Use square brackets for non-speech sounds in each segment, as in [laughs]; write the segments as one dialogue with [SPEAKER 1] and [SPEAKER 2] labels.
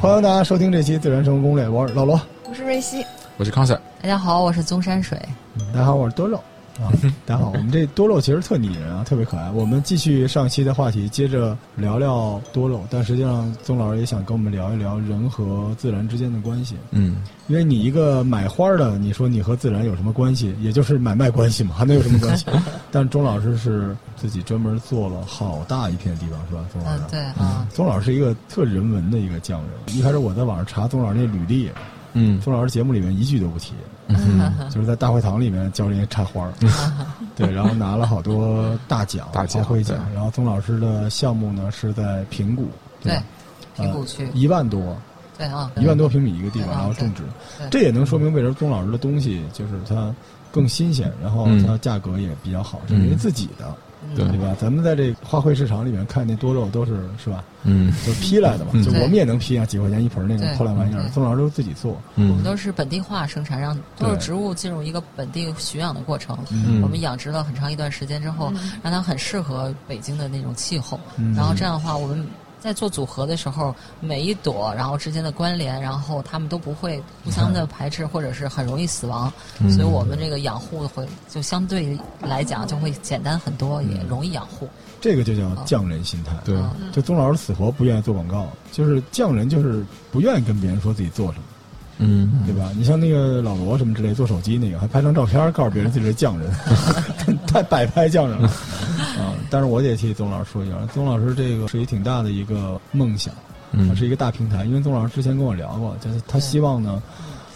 [SPEAKER 1] 欢迎大家收听这期《自然生活攻略》，我是老罗，
[SPEAKER 2] 我是瑞希。
[SPEAKER 3] 我是康 Sir，
[SPEAKER 4] 大家好，我是宗山水。
[SPEAKER 1] 大家好，我是多肉啊，大家好，我们这多肉其实特拟人啊，特别可爱。我们继续上期的话题，接着聊聊多肉，但实际上宗老师也想跟我们聊一聊人和自然之间的关系，
[SPEAKER 3] 嗯，
[SPEAKER 1] 因为你一个买花的，你说你和自然有什么关系，也就是买卖关系嘛，还能有什么关 [laughs] 系？但钟老师是自己专门做了好大一片地方，是吧？钟老
[SPEAKER 4] 嗯
[SPEAKER 1] 师，，
[SPEAKER 4] 对，嗯，
[SPEAKER 1] 宗老师是一个特人文的一个匠人。一开始我在网上查宗老师那履历，
[SPEAKER 3] 嗯，
[SPEAKER 1] 宗老师节目里面一句都不提，
[SPEAKER 4] 啊
[SPEAKER 1] 就是在大会堂里面教人家插花儿， [laughs] 对，然后拿了好多大奖，
[SPEAKER 3] 大奖
[SPEAKER 1] 花卉奖。
[SPEAKER 3] 对
[SPEAKER 1] 然后宗老师的项目呢是在平谷，
[SPEAKER 4] [laughs] 对
[SPEAKER 1] 吧，呃
[SPEAKER 4] 平谷区，
[SPEAKER 1] 一万多，
[SPEAKER 4] 对啊，
[SPEAKER 1] 一万多平米一个地方，
[SPEAKER 4] 对
[SPEAKER 1] 然后种植，
[SPEAKER 4] 对
[SPEAKER 1] 这也能说明为什么宗老师的东西就是它更新鲜，然后
[SPEAKER 3] 嗯
[SPEAKER 1] 它价格也比较好，是因为自己的，
[SPEAKER 4] 嗯
[SPEAKER 3] 对
[SPEAKER 1] 对吧？咱们在这花卉市场里面看那多肉都是是吧？
[SPEAKER 3] 嗯，
[SPEAKER 1] 就批来的嘛，
[SPEAKER 3] 嗯
[SPEAKER 1] 就
[SPEAKER 4] 对
[SPEAKER 1] 我们也能批啊，几块钱一盆那种
[SPEAKER 4] 对
[SPEAKER 1] 破烂玩意儿，
[SPEAKER 4] 对
[SPEAKER 1] 宗老师都自己做。
[SPEAKER 4] 我
[SPEAKER 3] 嗯，
[SPEAKER 4] 们都是本地化生产，让多肉
[SPEAKER 1] 对
[SPEAKER 4] 植物进入一个本地驯养的过程。
[SPEAKER 3] 嗯
[SPEAKER 4] 我们养殖了很长一段时间之后，让它很适合北京的那种气候。
[SPEAKER 1] 嗯
[SPEAKER 4] 然后这样的话，我们在做组合的时候，每一朵然后之间的关联，然后它们都不会互相
[SPEAKER 1] 嗯
[SPEAKER 4] 的排斥，或者是很容易死亡。所以我们这个养护会就相对来讲就会简单很多，也
[SPEAKER 1] 嗯
[SPEAKER 4] 容易养护。
[SPEAKER 1] 这个就叫匠人心态。
[SPEAKER 3] 对，
[SPEAKER 4] 嗯
[SPEAKER 1] 就宗老师死活不愿意做广告，就是匠人就是不愿意跟别人说自己做什么，
[SPEAKER 3] 嗯，
[SPEAKER 1] 对吧？你像那个老罗什么之类做手机那个，还拍张照片儿告诉别人自己是匠人，太摆拍匠人了啊！但是我也替宗老师说一下，宗老师这个是一挺大的一个梦想，啊
[SPEAKER 3] 嗯，
[SPEAKER 1] 是一个大平台。因为宗老师之前跟我聊过，就是他
[SPEAKER 4] 对
[SPEAKER 1] 希望呢，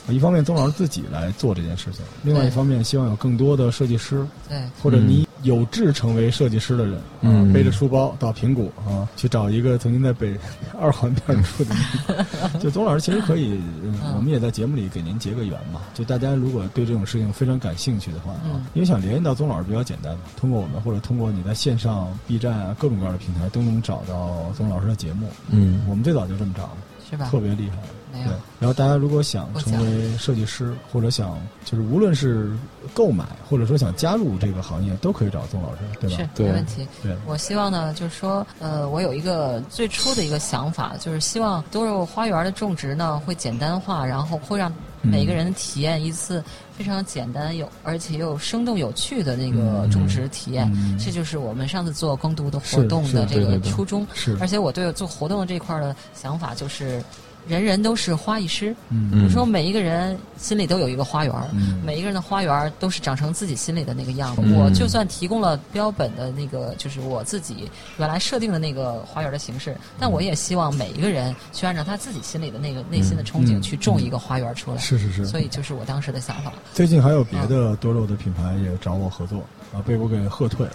[SPEAKER 1] 一方面宗老师自己来做这件事情，另外一
[SPEAKER 4] 对
[SPEAKER 1] 方面希望有更多的设计师
[SPEAKER 4] 对，
[SPEAKER 1] 或者你有志成为设计师的人，
[SPEAKER 3] 嗯
[SPEAKER 1] 啊，背着书包到平谷啊，去找一个曾经在北二环边儿住的地
[SPEAKER 4] [laughs]
[SPEAKER 1] 方。就宗老师其实可以，嗯
[SPEAKER 4] 嗯
[SPEAKER 1] 我们也在节目里给您结个缘嘛。就大家如果对这种事情非常感兴趣的话啊
[SPEAKER 4] 嗯，
[SPEAKER 1] 因为想联系到宗老师比较简单嘛，通过我们或者通过你在线上 B 站啊各种各样的平台都能找到宗老师的节目。
[SPEAKER 3] 嗯，
[SPEAKER 1] 我们最早就这么找，
[SPEAKER 4] 是吧
[SPEAKER 1] 特？别厉害。
[SPEAKER 4] 没
[SPEAKER 1] 对
[SPEAKER 4] 有，，
[SPEAKER 1] 然后大家如果想
[SPEAKER 4] 嗯我
[SPEAKER 1] 成
[SPEAKER 4] 想
[SPEAKER 1] 为设计师，或者想就是无论是购买，或者说想加入这个行业，都可以找宗老师，对吧？
[SPEAKER 4] 是
[SPEAKER 3] 对
[SPEAKER 4] 没问题。
[SPEAKER 1] 对，
[SPEAKER 4] 我希望呢，就是说，呃，我有一个最初的一个想法，就是希望多肉花园的种植呢会简单化，然后会让每个人体验一次非常简单有而且又生动有趣的那个种植体验。
[SPEAKER 1] 嗯
[SPEAKER 4] 这就是我们上次做耕读的活动的
[SPEAKER 1] 是是
[SPEAKER 4] 这
[SPEAKER 3] 对
[SPEAKER 4] 个
[SPEAKER 3] 对对
[SPEAKER 4] 初衷。
[SPEAKER 1] 是
[SPEAKER 4] 而且我对做活动的这块儿的想法就是，人人都是花艺师，
[SPEAKER 1] 嗯
[SPEAKER 3] 嗯
[SPEAKER 4] 我说每一个人心里都有一个花园儿。
[SPEAKER 1] 嗯
[SPEAKER 4] 每一个人的花园儿都是长成自己心里的那个样子。
[SPEAKER 3] 嗯
[SPEAKER 4] 我就算提供了标本的那个，就是我自己原来设定的那个花园的形式，但我也希望每一个人去按照他自己心里的那个内心的憧
[SPEAKER 1] 嗯
[SPEAKER 4] 憬去种一个花园出来。
[SPEAKER 1] 是是
[SPEAKER 4] 所
[SPEAKER 1] 是。
[SPEAKER 4] 以就是我当时的想法。
[SPEAKER 1] 最近还有别的多肉的品牌也找我合作啊，被我给喝退了。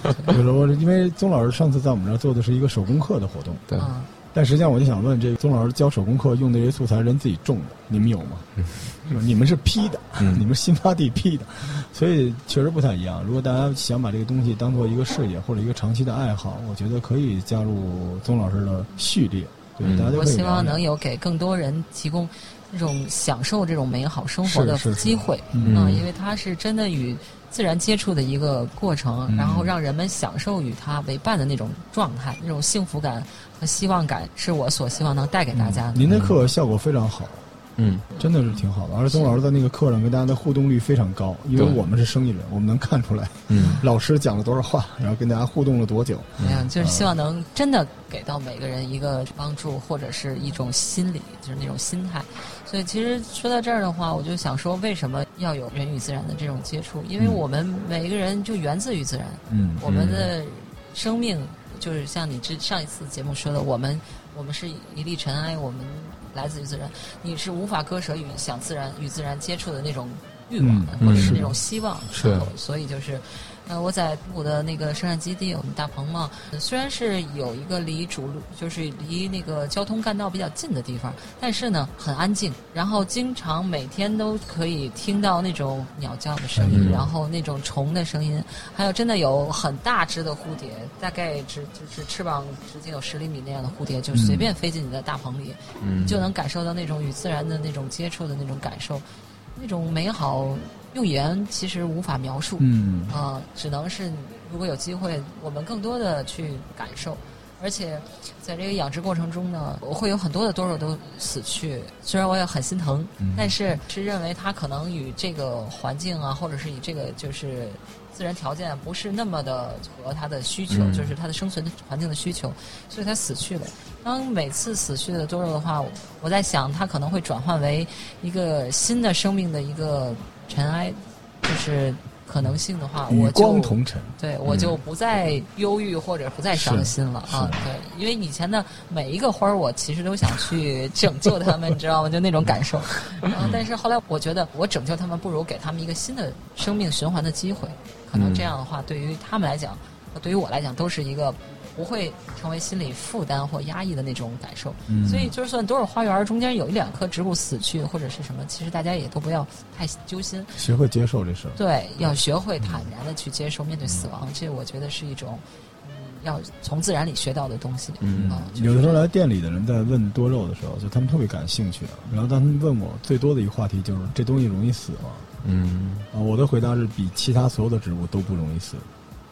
[SPEAKER 1] [laughs]
[SPEAKER 4] [laughs]
[SPEAKER 1] 就是我因为宗老师上次在我们这儿做的是一个手工课的活动，
[SPEAKER 3] 对，
[SPEAKER 4] 嗯，
[SPEAKER 1] 但实际上我就想问，这个宗老师教手工课用的这些素材，人自己种的，你们有吗？是吧？你们是批的， [laughs] 你们新发地批的，所以确实不太一样。如果大家想把这个东西当做一个事业或者一个长期的爱好，我觉得可以加入宗老师的序列。对，
[SPEAKER 3] 嗯
[SPEAKER 1] 大家都
[SPEAKER 4] 我
[SPEAKER 1] 可以
[SPEAKER 4] 希
[SPEAKER 1] 聊
[SPEAKER 4] 望能
[SPEAKER 1] 一聊
[SPEAKER 4] 有给更多人提供这种享受这种美好生活的
[SPEAKER 1] 是是是
[SPEAKER 4] 机会。
[SPEAKER 1] 嗯
[SPEAKER 4] 嗯，因为它是真的与自然接触的一个过程，然
[SPEAKER 1] 嗯
[SPEAKER 4] 后让人们享受与它为伴的那种状态，那种幸福感和希望感，是我所希望能带给大家的。
[SPEAKER 1] 嗯您的课效果非常好，
[SPEAKER 3] 嗯，
[SPEAKER 1] 真的是挺好的。而且宗老师在那个课上跟大家的互动率非常高，因为
[SPEAKER 3] 对
[SPEAKER 1] 我们是生意人，我们能看出来，
[SPEAKER 3] 嗯，
[SPEAKER 1] 老师讲了多少话，然后跟大家互动了多久。
[SPEAKER 4] 没有，哎就是
[SPEAKER 1] 嗯
[SPEAKER 4] 希望能真的给到每个人一个帮助，或者是一种心理，就是那种心态。所以其实说到这儿的话，我就想说，为什么要有人与自然的这种接触？因为我们每一个人就源自于自然。
[SPEAKER 1] 嗯
[SPEAKER 4] 我们的生命就是像你之上一次节目说的，我们我们是一粒尘埃，我们来自于自然，你是无法割舍与想自然与自然接触的那种欲望的，或者
[SPEAKER 1] 嗯
[SPEAKER 4] 是
[SPEAKER 1] 是
[SPEAKER 4] 那种希望。
[SPEAKER 2] 是
[SPEAKER 4] 然后所以就是。呃，我在我的那个生产基地，我们大棚嘛，呃虽然是有一个离主路，就是离那个交通干道比较近的地方，但是呢很安静，然后经常每天都可以听到那种鸟叫的声音，
[SPEAKER 2] 嗯
[SPEAKER 4] 然后那种虫的声音，还有真的有很大只的蝴蝶，大概只就是翅膀直径有十厘米那样的蝴蝶，就随便飞进你的大棚里，
[SPEAKER 2] 嗯
[SPEAKER 4] 你就能感受到那种与自然的那种接触的那种感受，那种美好，用语言其实无法描述。
[SPEAKER 1] 嗯
[SPEAKER 4] 啊，只能是如果有机会，我们更多的去感受。而且在这个养殖过程中呢，我会有很多的多肉都死去，虽然我也很心疼，但是是认为它可能与这个环境啊，或者是与这个就是自然条件不是那么的和它的需求，
[SPEAKER 2] 嗯
[SPEAKER 4] 就是它的生存环境的需求，所以它死去了。当每次死去的多肉的话，我我在想它可能会转换为一个新的生命的一个尘埃，就是可能性的话，
[SPEAKER 1] 嗯与
[SPEAKER 4] 我就
[SPEAKER 1] 光同尘。
[SPEAKER 4] 对我就不再忧郁或者不再伤心了啊！对，因为以前的每一个花儿，我其实都想去拯救它们，你知道吗？就那种感受。然后，但是后来我觉得，我拯救它们不如给它们一个新的生命循环的机会。可能这样的话，对于他们来讲，和对于我来讲，都是一个不会成为心理负担或压抑的那种感受。所以，就是算多少花园儿中间有一两棵植物死去或者是什么，其实大家也都不要太揪心。
[SPEAKER 1] 学会接受这事儿。
[SPEAKER 4] 对，要学会坦然的去接受面对死亡，这我觉得是一种，嗯，要从自然里学到的东西。
[SPEAKER 2] 嗯
[SPEAKER 4] 啊就是
[SPEAKER 1] 有的时候来店里的人在问多肉的时候，就他们特别感兴趣。然后当他们问我最多的一个话题就是这东西容易死吗？
[SPEAKER 2] 嗯
[SPEAKER 1] 啊，我的回答是比其他所有的植物都不容易死，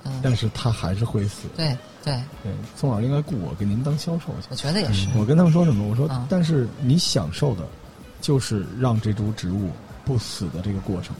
[SPEAKER 4] 嗯，
[SPEAKER 1] 但是它还是会死。
[SPEAKER 4] 对对，
[SPEAKER 1] 对，宋老师应该雇我给您当销售去
[SPEAKER 4] 我。觉得也是。
[SPEAKER 1] 我跟他们说什么？我说
[SPEAKER 4] 啊，
[SPEAKER 1] 但是你享受的，就是让这株植物不死的这个过程，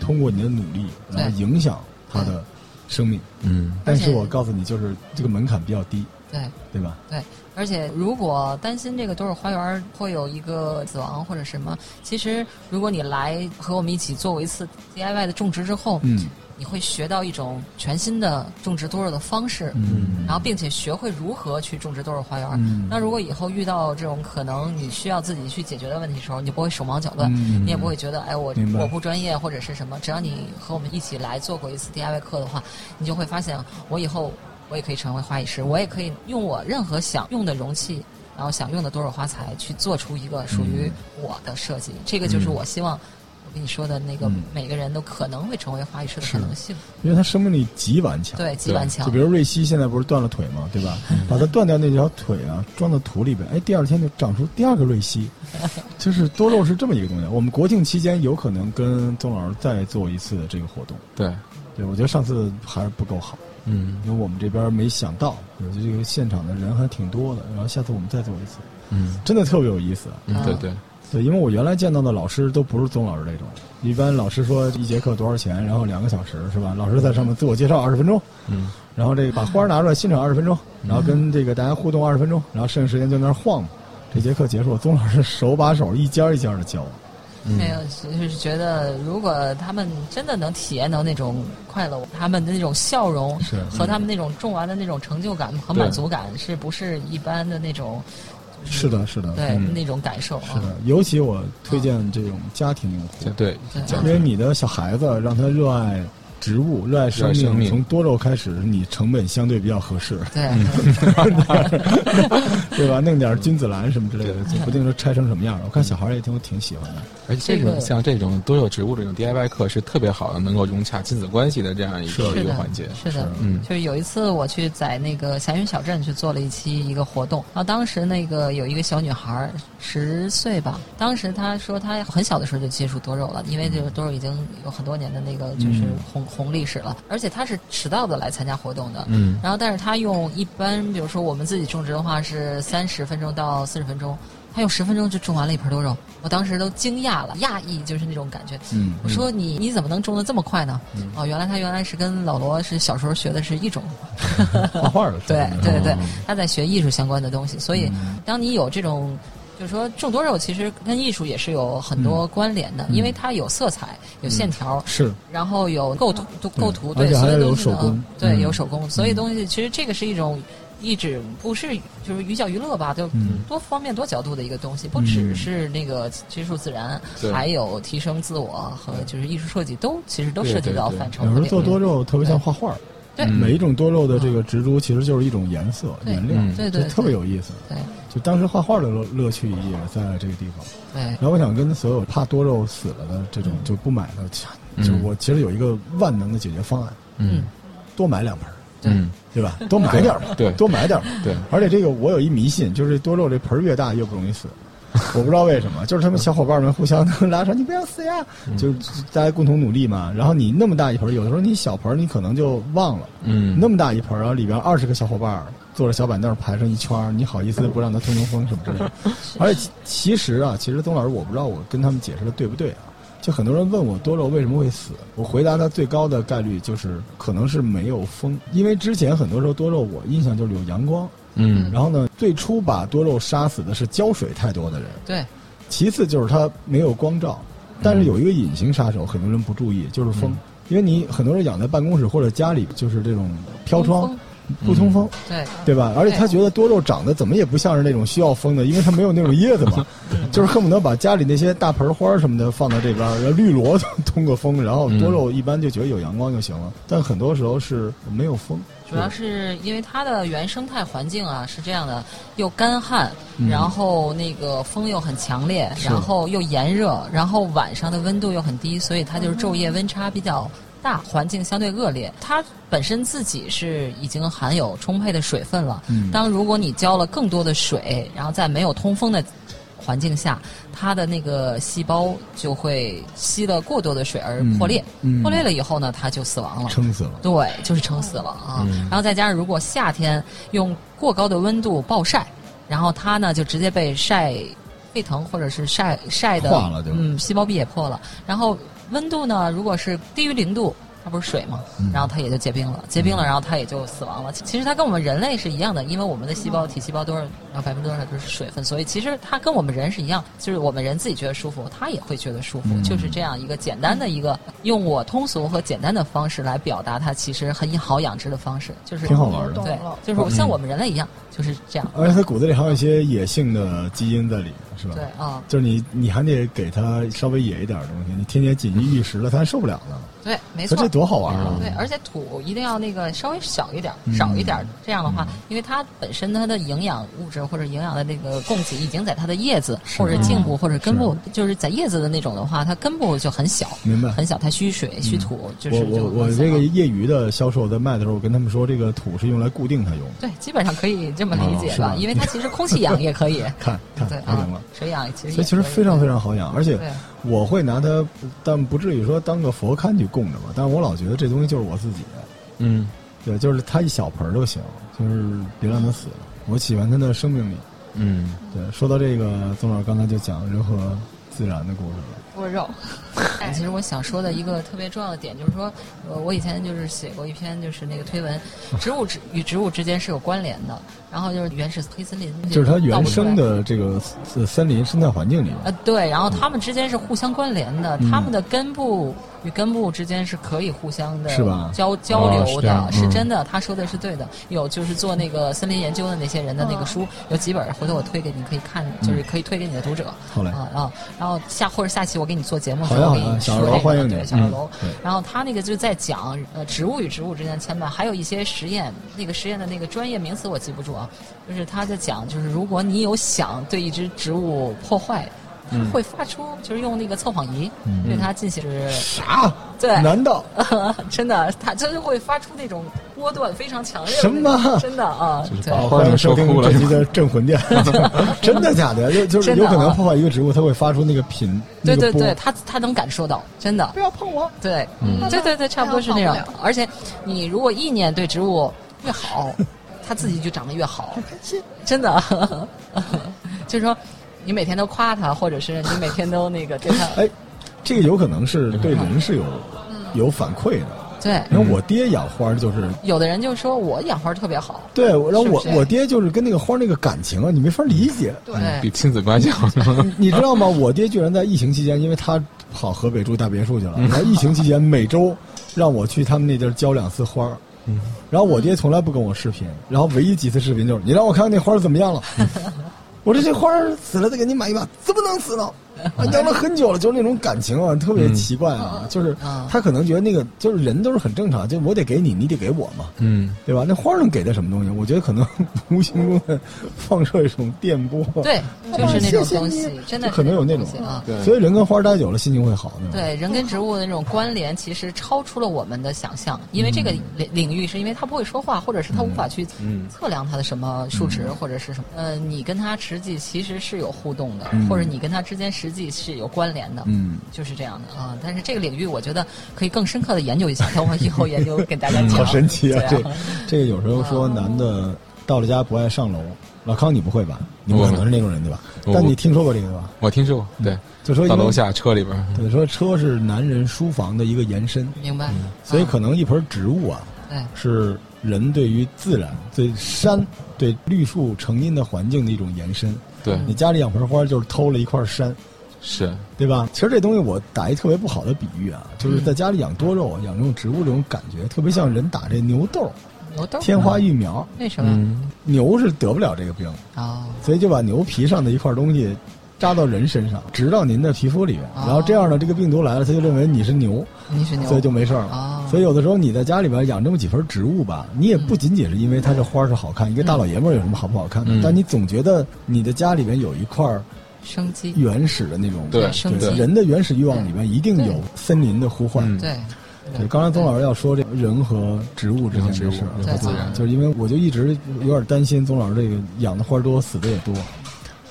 [SPEAKER 1] 通过你的努力，然后
[SPEAKER 4] 嗯对
[SPEAKER 1] 影响它的生命。
[SPEAKER 2] 嗯
[SPEAKER 1] 但是
[SPEAKER 4] 而且
[SPEAKER 1] 我告诉你，就是这个门槛比较低，
[SPEAKER 4] 对
[SPEAKER 1] 对吧？
[SPEAKER 4] 对，而且如果担心这个多肉花园会有一个死亡或者什么，其实如果你来和我们一起做过一次 DIY 的种植之后，
[SPEAKER 1] 嗯
[SPEAKER 4] 你会学到一种全新的种植多肉的方式，
[SPEAKER 1] 嗯
[SPEAKER 4] 然后并且学会如何去种植多肉花园。
[SPEAKER 1] 嗯
[SPEAKER 4] 那如果以后遇到这种可能你需要自己去解决的问题的时候，你就不会手忙脚乱，
[SPEAKER 1] 嗯
[SPEAKER 4] 你也不会觉得哎我
[SPEAKER 1] 明白
[SPEAKER 4] 我不专业或者是什么。只要你和我们一起来做过一次 DIY 课的话，你就会发现我以后我也可以成为花艺师，我也可以用我任何想用的容器。然后想用的多肉花材去做出一个属于
[SPEAKER 1] 嗯
[SPEAKER 4] 我的设计，这个就是我希望我跟你说的那个
[SPEAKER 1] 嗯
[SPEAKER 4] 每个人都可能会成为花艺师的可能性。
[SPEAKER 1] 因为它生命力极顽强。
[SPEAKER 4] 对，嗯基本强
[SPEAKER 1] 就比。如瑞希现在不是断了腿嘛，对吧？把它断掉那条腿啊，装到土里边，哎，第二天就长出第二个瑞
[SPEAKER 4] [laughs]
[SPEAKER 1] 希，就是多肉是这么一个东西。我们国庆期间有可能跟宗老师再做一次这个活动，
[SPEAKER 2] 对
[SPEAKER 1] 对我觉得上次还是不够好，
[SPEAKER 2] 嗯
[SPEAKER 1] 因为我们这边没想到，我觉得这个现场的人还挺多的，然后下次我们再做一次，
[SPEAKER 2] 嗯
[SPEAKER 1] 真的特别有意思。啊
[SPEAKER 4] 啊
[SPEAKER 2] 嗯对对
[SPEAKER 1] 对，因为我原来见到的老师都不是宗老师这种，一般老师说一节课多少钱，然后两个小时是吧？老师在上面自我介绍二十分钟。
[SPEAKER 2] 嗯
[SPEAKER 1] 然后这个把花儿拿出来欣赏二十分钟，然后跟这个大家互动二十分钟，然后剩下时间就在那儿晃嘛。这节课结束，宗老师手把手一家一家的教我。嗯
[SPEAKER 4] 没有，就是觉得如果他们真的能体验到那种快乐，他们的那种笑容
[SPEAKER 1] 是嗯
[SPEAKER 4] 和他们那种种完的那种成就感和
[SPEAKER 2] 对
[SPEAKER 4] 满足感，是不是一般的那种？就是
[SPEAKER 1] 的，是的，
[SPEAKER 4] 对、
[SPEAKER 1] 嗯
[SPEAKER 4] 那种感受啊。
[SPEAKER 1] 是的。尤其我推荐这种家庭用户
[SPEAKER 2] 对，对
[SPEAKER 4] 对
[SPEAKER 1] 因为你的小孩子让他热爱植物、热爱生
[SPEAKER 2] 热爱生
[SPEAKER 1] 命，
[SPEAKER 2] 命
[SPEAKER 1] 从多肉开始，你成本相对比较合适，
[SPEAKER 4] 对，
[SPEAKER 1] 对吧？弄点君子兰什么之类的，
[SPEAKER 2] 对
[SPEAKER 1] 就不定说拆成什么样儿。我看小孩儿也挺挺喜欢的。
[SPEAKER 2] 而且这
[SPEAKER 4] 这
[SPEAKER 2] 种
[SPEAKER 4] 个
[SPEAKER 2] 像这种多肉植物这种 DIY 课是特别好的，能够融洽亲子关系的这样一个
[SPEAKER 4] 是
[SPEAKER 2] 一个
[SPEAKER 4] 的
[SPEAKER 2] 环节。
[SPEAKER 4] 是的，
[SPEAKER 2] 嗯
[SPEAKER 4] 就是有一次我去在那个霞云小镇去做了一期一个活动，然后当时那个有一个小女孩十岁吧，当时她说她很小的时候就接触多肉了，因为这个多肉已经有很多年的那个就是
[SPEAKER 2] 嗯
[SPEAKER 4] 红、红历史了，而且她是迟到的来参加活动的，
[SPEAKER 2] 嗯
[SPEAKER 4] 然后但是她用一般比如说我们自己种植的话是三十分钟到四十分钟。她用十分钟就种完了一盆多肉，我当时都惊讶了，讶异就是那种感觉。
[SPEAKER 1] 嗯
[SPEAKER 4] 我说你你怎么能种的这么快呢？哦，原来他原来是跟老罗是小时候学的是一种，
[SPEAKER 1] 画画儿的，
[SPEAKER 4] 对对对
[SPEAKER 2] 哦，
[SPEAKER 4] 他在学艺术相关的东西。所以，当你有这种，就是说种多肉其实跟艺术也是有很多关联的，因为它有色彩、有线条，
[SPEAKER 1] 是
[SPEAKER 4] 然后有构图、构图，
[SPEAKER 1] 嗯而
[SPEAKER 4] 对，
[SPEAKER 1] 且还
[SPEAKER 4] 所
[SPEAKER 1] 要有
[SPEAKER 4] 东西
[SPEAKER 1] 手工
[SPEAKER 4] 呢，对，
[SPEAKER 1] 嗯
[SPEAKER 4] 有手工，所以东西其实这个是一种一直不是就是寓教于乐吧，就
[SPEAKER 1] 嗯
[SPEAKER 4] 多方面多角度的一个东西，不
[SPEAKER 1] 嗯
[SPEAKER 4] 只是那个接触自然，
[SPEAKER 2] 对
[SPEAKER 4] 还有提升自我和就是艺术设计都其实都
[SPEAKER 2] 对
[SPEAKER 4] 涉及
[SPEAKER 2] 对
[SPEAKER 4] 到
[SPEAKER 2] 对
[SPEAKER 4] 范畴
[SPEAKER 1] 有
[SPEAKER 4] 里
[SPEAKER 1] 时候
[SPEAKER 4] 面。
[SPEAKER 1] 做多肉特别像画画儿，
[SPEAKER 4] 对
[SPEAKER 2] 嗯
[SPEAKER 1] 每一种多肉的这个植株其实就是一种颜色
[SPEAKER 4] 对
[SPEAKER 1] 颜料，
[SPEAKER 4] 对
[SPEAKER 1] 就
[SPEAKER 4] 对
[SPEAKER 1] 特别有意思。
[SPEAKER 4] 对
[SPEAKER 1] 就当时画画的乐乐趣也在这个地方。
[SPEAKER 4] 对
[SPEAKER 1] 然后我想跟所有怕多肉死了的这种就不买的，
[SPEAKER 2] 嗯
[SPEAKER 1] 就我其实有一个万能的解决方案，
[SPEAKER 2] 嗯
[SPEAKER 1] 多买两盆儿，
[SPEAKER 2] 嗯，
[SPEAKER 1] 对吧？多买点儿吧，
[SPEAKER 2] 对
[SPEAKER 1] 多买点儿吧。
[SPEAKER 2] 对，
[SPEAKER 1] 而且这个我有一迷信，就是多肉这盆儿越大越不容易死。我不知道为什么，就是他们小伙伴们互相 [laughs] 都拉扯，你不要死呀，
[SPEAKER 2] 嗯
[SPEAKER 1] 就是大家共同努力嘛。然后你那么大一盆儿，有的时候你小盆儿你可能就忘了，
[SPEAKER 2] 嗯，
[SPEAKER 1] 那么大一盆儿，然后里边二十个小伙伴儿坐着小板凳儿排成一圈儿，你好意思不让他通通风什么之类的？而且其其实啊，其实宗老师，我不知道我跟他们解释的对不对啊。就很多人问我多肉为什么会死，我回答他最高的概率就是可能是没有风，因为之前很多时候多肉我印象就是有阳光，
[SPEAKER 2] 嗯
[SPEAKER 1] 然后呢，最初把多肉杀死的是浇水太多的人，
[SPEAKER 4] 对
[SPEAKER 1] 其次就是它没有光照，
[SPEAKER 4] 嗯
[SPEAKER 1] 但是有一个隐形杀手，很多人不注意，就是风。因为你很多人养在办公室或者家里，就是这种飘窗
[SPEAKER 4] 通嗯
[SPEAKER 1] 不通风，
[SPEAKER 4] 对
[SPEAKER 1] 对吧？而且他觉得多肉长得怎么也不像是那种需要风的，因为它没有那种叶子
[SPEAKER 4] [laughs]
[SPEAKER 1] 嘛，就是恨不得把家里那些大盆花什么的放到这边，然后绿萝通个风，然后多肉一般就觉得有阳光就行了，但很多时候是没有风。
[SPEAKER 4] 嗯主要是因为它的原生态环境啊是这样的，又干旱，
[SPEAKER 1] 嗯
[SPEAKER 4] 然后那个风又很强烈，
[SPEAKER 1] 是
[SPEAKER 4] 然后又炎热，然后晚上的温度又很低，所以它就是昼夜温差比较。大环境相对恶劣，它本身自己是已经含有充沛的水分了。
[SPEAKER 1] 嗯
[SPEAKER 4] 当如果你浇了更多的水，然后在没有通风的环境下，它的那个细胞就会吸了过多的水而破裂。
[SPEAKER 1] 嗯嗯
[SPEAKER 4] 破裂了以后呢，它就死亡了。
[SPEAKER 1] 撑死了，
[SPEAKER 4] 对，就是撑死了啊。
[SPEAKER 2] 嗯
[SPEAKER 4] 然后再加上如果夏天用过高的温度暴晒，然后它呢就直接被晒沸腾，或者是晒晒的
[SPEAKER 1] 化了就
[SPEAKER 4] 嗯，细胞壁也破了。然后温度呢，如果是低于零度。它不是水嘛，
[SPEAKER 1] 嗯
[SPEAKER 4] 然后它也就结冰了，结冰了，然后它也就死亡了。其实它跟我们人类是一样的，因为我们的细胞体细胞多少，然后百分之多少都是水分，所以其实它跟我们人是一样，就是我们人自己觉得舒服，它也会觉得舒服，
[SPEAKER 1] 嗯
[SPEAKER 4] 就是这样一个简单的一个用我通俗和简单的方式来表达它其实很好养殖的方式，就是
[SPEAKER 1] 挺好玩的。嗯哎
[SPEAKER 4] 对，就是我像我们人类一样，就是这样。
[SPEAKER 1] 而且它骨子里还有一些野性的基因在里面，是吧？
[SPEAKER 4] 对啊，
[SPEAKER 1] 就是你，你还得给它稍微野一点的东西，你天天锦衣玉食了，它还受不了呢。
[SPEAKER 4] 对，没
[SPEAKER 1] 可
[SPEAKER 4] 错嗯
[SPEAKER 1] 这。多好玩啊！
[SPEAKER 4] 对，而且土一定要那个稍微小一点儿，少
[SPEAKER 1] 嗯
[SPEAKER 4] 一点儿。这样的话，因为它本身它的营养物质或者营养的那个供给已经在它的叶子或者
[SPEAKER 1] 嗯
[SPEAKER 4] 茎部或者根部，就是在叶子的那种的话，它根部就很小，
[SPEAKER 1] 明白
[SPEAKER 4] 很小，它需水需土，就
[SPEAKER 1] 嗯我
[SPEAKER 4] 是
[SPEAKER 1] 我
[SPEAKER 4] 就
[SPEAKER 1] 我
[SPEAKER 4] 很小
[SPEAKER 1] 这个业余的销售在卖的时候，我跟他们说，这个土是用来固定它用的。
[SPEAKER 4] 对，基本上可以这么理解
[SPEAKER 1] 啊是吧
[SPEAKER 4] 吧，因为它其实
[SPEAKER 1] [laughs]
[SPEAKER 4] 空气养也可以，
[SPEAKER 1] 看看
[SPEAKER 4] 对
[SPEAKER 1] 太行
[SPEAKER 4] 啊
[SPEAKER 1] 了，，
[SPEAKER 4] 水养其
[SPEAKER 1] 所
[SPEAKER 4] 实
[SPEAKER 1] 以
[SPEAKER 4] 也
[SPEAKER 1] 其实
[SPEAKER 4] 可以
[SPEAKER 1] 非常非常好养，而且
[SPEAKER 4] 对啊
[SPEAKER 1] 我会拿它，但不至于说当个佛龛去供着吧。但是我老觉得这东西就是我自己的，
[SPEAKER 2] 嗯
[SPEAKER 1] 对，就是它一小盆儿就行，就是别让它死了。我喜欢它的生命力。
[SPEAKER 2] 嗯，
[SPEAKER 1] 对，说到这个，宗老师刚才就讲人和自然的故事了。
[SPEAKER 3] 多肉，
[SPEAKER 4] 哎其实我想说的一个特别重要的点就是说，呃，我以前就是写过一篇就是那个推文，植物之与植物之间是有关联的，然后就是原始黑森林，
[SPEAKER 1] 就是它原生
[SPEAKER 4] 造不出来。
[SPEAKER 1] 的这个森森林生态环境里
[SPEAKER 4] 呃
[SPEAKER 1] 面，，
[SPEAKER 4] 对，然后它们之间是互相关联的，
[SPEAKER 1] 嗯
[SPEAKER 4] 它们的根部与根部之间是可以互相的
[SPEAKER 1] 是吧
[SPEAKER 4] 交交
[SPEAKER 2] 哦是
[SPEAKER 4] 流
[SPEAKER 2] 这
[SPEAKER 4] 的，
[SPEAKER 2] 样
[SPEAKER 4] 是
[SPEAKER 2] 嗯
[SPEAKER 4] 真的。他说的是对的，有就是做那个森林研究的那些人的那个书，有几本，回头我推给你可以看，就是可以推给你的读者。
[SPEAKER 1] 嗯好嘞
[SPEAKER 4] 啊啊，然后下或者下期我给你做节目的时
[SPEAKER 1] 好呀
[SPEAKER 4] 候，我给
[SPEAKER 1] 好呀
[SPEAKER 4] 你
[SPEAKER 1] 小二楼
[SPEAKER 4] 说这个
[SPEAKER 1] 欢迎你
[SPEAKER 4] 对小二
[SPEAKER 1] 嗯
[SPEAKER 4] 楼
[SPEAKER 1] 对。
[SPEAKER 4] 然后他那个就在讲呃植物与植物之间的牵绊，还有一些实验，那个实验的那个专业名词我记不住啊，就是他在讲就是如果你有想对一只植物破坏。它
[SPEAKER 1] 嗯
[SPEAKER 4] 会发出，就是用那个测谎仪、对它进行，
[SPEAKER 1] 啥？
[SPEAKER 4] 对
[SPEAKER 1] 难
[SPEAKER 4] [laughs]
[SPEAKER 1] 道
[SPEAKER 4] 真的，它真的会发出那种波段非常强烈的
[SPEAKER 1] 什么
[SPEAKER 4] 那种真的啊，对，
[SPEAKER 2] 把
[SPEAKER 1] 欢迎收听
[SPEAKER 2] 说哭了
[SPEAKER 1] 这期的《镇魂
[SPEAKER 4] [laughs]
[SPEAKER 1] 殿》， [laughs] 真的假的？就就是
[SPEAKER 4] 真的
[SPEAKER 1] 有
[SPEAKER 4] 啊
[SPEAKER 1] 可能破坏一个植物，它会发出那个频，
[SPEAKER 4] 对
[SPEAKER 1] 那
[SPEAKER 4] 对
[SPEAKER 1] 个波
[SPEAKER 4] 对，他他能感受到，真的。
[SPEAKER 3] 不要碰我。
[SPEAKER 4] 对，
[SPEAKER 1] 嗯
[SPEAKER 4] 对对对，差不多是那
[SPEAKER 3] 那
[SPEAKER 4] 种
[SPEAKER 3] 样放。
[SPEAKER 4] 而且你如果意念对植物越好，它自己就长得越好， [laughs] 真的。 [laughs] 就是说，你每天都夸它，或者是你每天都那个对
[SPEAKER 1] [laughs]
[SPEAKER 4] 它，嗯
[SPEAKER 1] 哎，这个有可能是
[SPEAKER 2] 嗯
[SPEAKER 1] 对人是有有反馈的。
[SPEAKER 4] 对。
[SPEAKER 1] 然后我爹养花儿就是，
[SPEAKER 4] 有的人就说我养花特别好，
[SPEAKER 1] 对，我然后我
[SPEAKER 4] 是不是
[SPEAKER 1] 我爹就是跟那个花儿那个感情啊，你没法理解。
[SPEAKER 3] 对
[SPEAKER 4] 对嗯
[SPEAKER 2] 比亲子关系好呢。
[SPEAKER 1] 你你知道吗？我爹居然在疫情期间，因为他跑河北住大别墅去了，然后疫情期间每周让我去他们那地儿浇两次花儿。然后我爹从来不跟我视频，然后唯一几次视频就是你让我看看那花儿怎么样了。我说这花儿死了再给你买一把，怎么能死呢？啊，养了很久了，就是那种感情啊，特别奇怪啊，就是
[SPEAKER 4] 啊
[SPEAKER 1] 他可能觉得那个就是人都是很正常，就我得给你，你得给我嘛，
[SPEAKER 2] 嗯，
[SPEAKER 1] 对吧？那花儿能给的什么东西？我觉得可能无形中的放射一种电波，
[SPEAKER 4] 对，就是那种东西
[SPEAKER 1] 谢谢你，
[SPEAKER 4] 真的
[SPEAKER 1] 就可能有那种
[SPEAKER 4] 是东西啊。
[SPEAKER 2] 对
[SPEAKER 1] 所以人跟花儿待久了心情会好的。
[SPEAKER 4] 对人跟植物的那种关联，其实超出了我们的想象。因为这
[SPEAKER 1] 嗯
[SPEAKER 4] 个领领域，是因为它不会说话，或者是它无法去
[SPEAKER 2] 嗯
[SPEAKER 4] 测量它的什么数值
[SPEAKER 1] 嗯
[SPEAKER 4] 或者是什么。呃，你跟它实际其实是有互动的，
[SPEAKER 1] 嗯
[SPEAKER 4] 或者你跟它之间实际是有关联的。
[SPEAKER 1] 嗯，
[SPEAKER 4] 就是这样的啊。但是这个领域，我觉得可以更深刻的研究一下，等我以后研究给大家讲。
[SPEAKER 1] 好神奇啊！
[SPEAKER 4] 对嗯
[SPEAKER 1] 这这个有时候说男的到了家不爱上楼，老康你不会吧？你不可能是那种人对吧？
[SPEAKER 2] 我
[SPEAKER 1] 但你听说过这个对吧？
[SPEAKER 2] 我听说过，对，
[SPEAKER 1] 就说因
[SPEAKER 2] 到
[SPEAKER 1] 为
[SPEAKER 2] 楼，下车里边儿，
[SPEAKER 1] 对，说车是男人书房的一个延伸，
[SPEAKER 4] 明白。
[SPEAKER 1] 所以
[SPEAKER 4] 啊
[SPEAKER 1] 可能一盆植物啊，
[SPEAKER 4] 对
[SPEAKER 1] 是人对于自然、对山、对绿树成荫的环境的一种延伸。
[SPEAKER 2] 对，
[SPEAKER 1] 你家里养盆花就是偷了一块山，
[SPEAKER 2] 是，
[SPEAKER 1] 对吧？其实这东西我打一特别不好的比喻啊，就是在家里养多肉、啊养这种植物这种感觉，特别像人打这牛痘、
[SPEAKER 4] 牛痘
[SPEAKER 1] 天花育苗。
[SPEAKER 4] 哦为什么？
[SPEAKER 2] 嗯，
[SPEAKER 1] 牛是得不了这个病，
[SPEAKER 4] 哦，
[SPEAKER 1] 所以就把牛皮上的一块东西扎到人身上，植到您的皮肤里面，然后这样呢，这个病毒来了，他就认为你是牛，
[SPEAKER 4] 你是牛，
[SPEAKER 1] 所以就没事儿了
[SPEAKER 4] 哦。
[SPEAKER 1] 所以有的时候你在家里边养这么几盆植物吧，你也不仅仅是因为它这花儿是好看，一个大老爷们儿有什么好不好看的
[SPEAKER 2] 嗯？
[SPEAKER 1] 但你总觉得你的家里边有一块儿
[SPEAKER 4] 生机。
[SPEAKER 1] 原始的那种
[SPEAKER 2] 对
[SPEAKER 4] 生机
[SPEAKER 1] 人的原始欲望里边一定有森林的呼唤。
[SPEAKER 2] 嗯
[SPEAKER 4] 对，
[SPEAKER 1] 对，刚才宗老师要说这个人和植物之间的
[SPEAKER 2] 人和植物
[SPEAKER 1] 事儿
[SPEAKER 2] 人
[SPEAKER 4] 和自然
[SPEAKER 1] 就是因为我就一直有点担心宗老师这个养的花多，死的也多，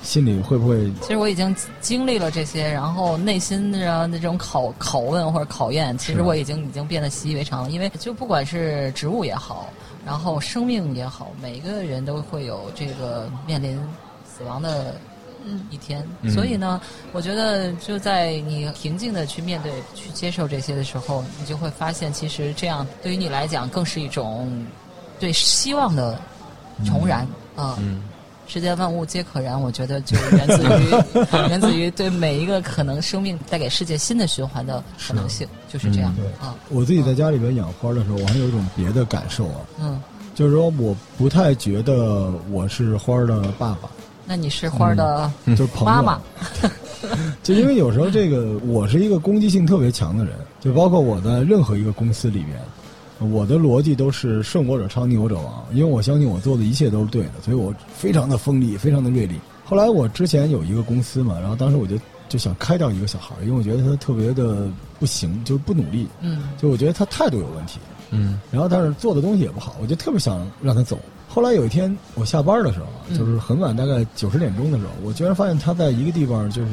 [SPEAKER 1] 心里会不会
[SPEAKER 4] 其实我已经经历了这些，然后内心的那种拷拷问或者考验，其实我已经已经变得习以为常了。因为就不管是植物也好，然后生命也好，每一个人都会有这个面临死亡的一天。
[SPEAKER 2] 嗯
[SPEAKER 4] 所以呢，我觉得就在你平静的去面对、去接受这些的时候，你就会发现，其实这样对于你来讲，更是一种对希望的重燃啊。
[SPEAKER 2] 嗯
[SPEAKER 4] 世间万物皆可燃，我觉得就源自于源自于对每一个可能生命带给世界新的循环的可能性，就是这样
[SPEAKER 1] 对
[SPEAKER 4] 啊，
[SPEAKER 1] 我自己在家里边养花的时候，我还有一种别的感受啊，
[SPEAKER 4] 嗯。
[SPEAKER 1] 就是说我不太觉得我是花儿的爸爸，
[SPEAKER 4] 那你是花儿的
[SPEAKER 1] 就是朋友。
[SPEAKER 4] 妈妈，
[SPEAKER 1] [laughs] 就因为有时候这个，我是一个攻击性特别强的人，就包括我在任何一个公司里面，我的逻辑都是顺我者昌，逆我者亡，因为我相信我做的一切都是对的，所以我非常的锋利，非常的锐利。后来我之前有一个公司嘛，然后当时我就就想开掉一个小孩儿，因为我觉得他特别的不行，就是不努力，
[SPEAKER 4] 嗯
[SPEAKER 1] 就我觉得他态度有问题，
[SPEAKER 2] 嗯
[SPEAKER 1] 然后但是做的东西也不好，我就特别想让他走。后来有一天我下班的时候啊，
[SPEAKER 4] 嗯
[SPEAKER 1] 就是很晚，大概九十点钟的时候，我居然发现他在一个地方就是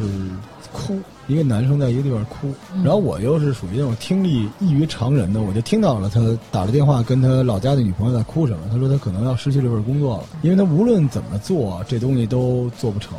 [SPEAKER 1] 哭，一个男生在一个地方哭。
[SPEAKER 4] 嗯
[SPEAKER 1] 然后我又是属于那种听力异于常人的，我就听到了他打了电话跟他老家的女朋友在哭什么。他说他可能要失去这份工作了，因为他无论怎么做，啊这东西都做不成，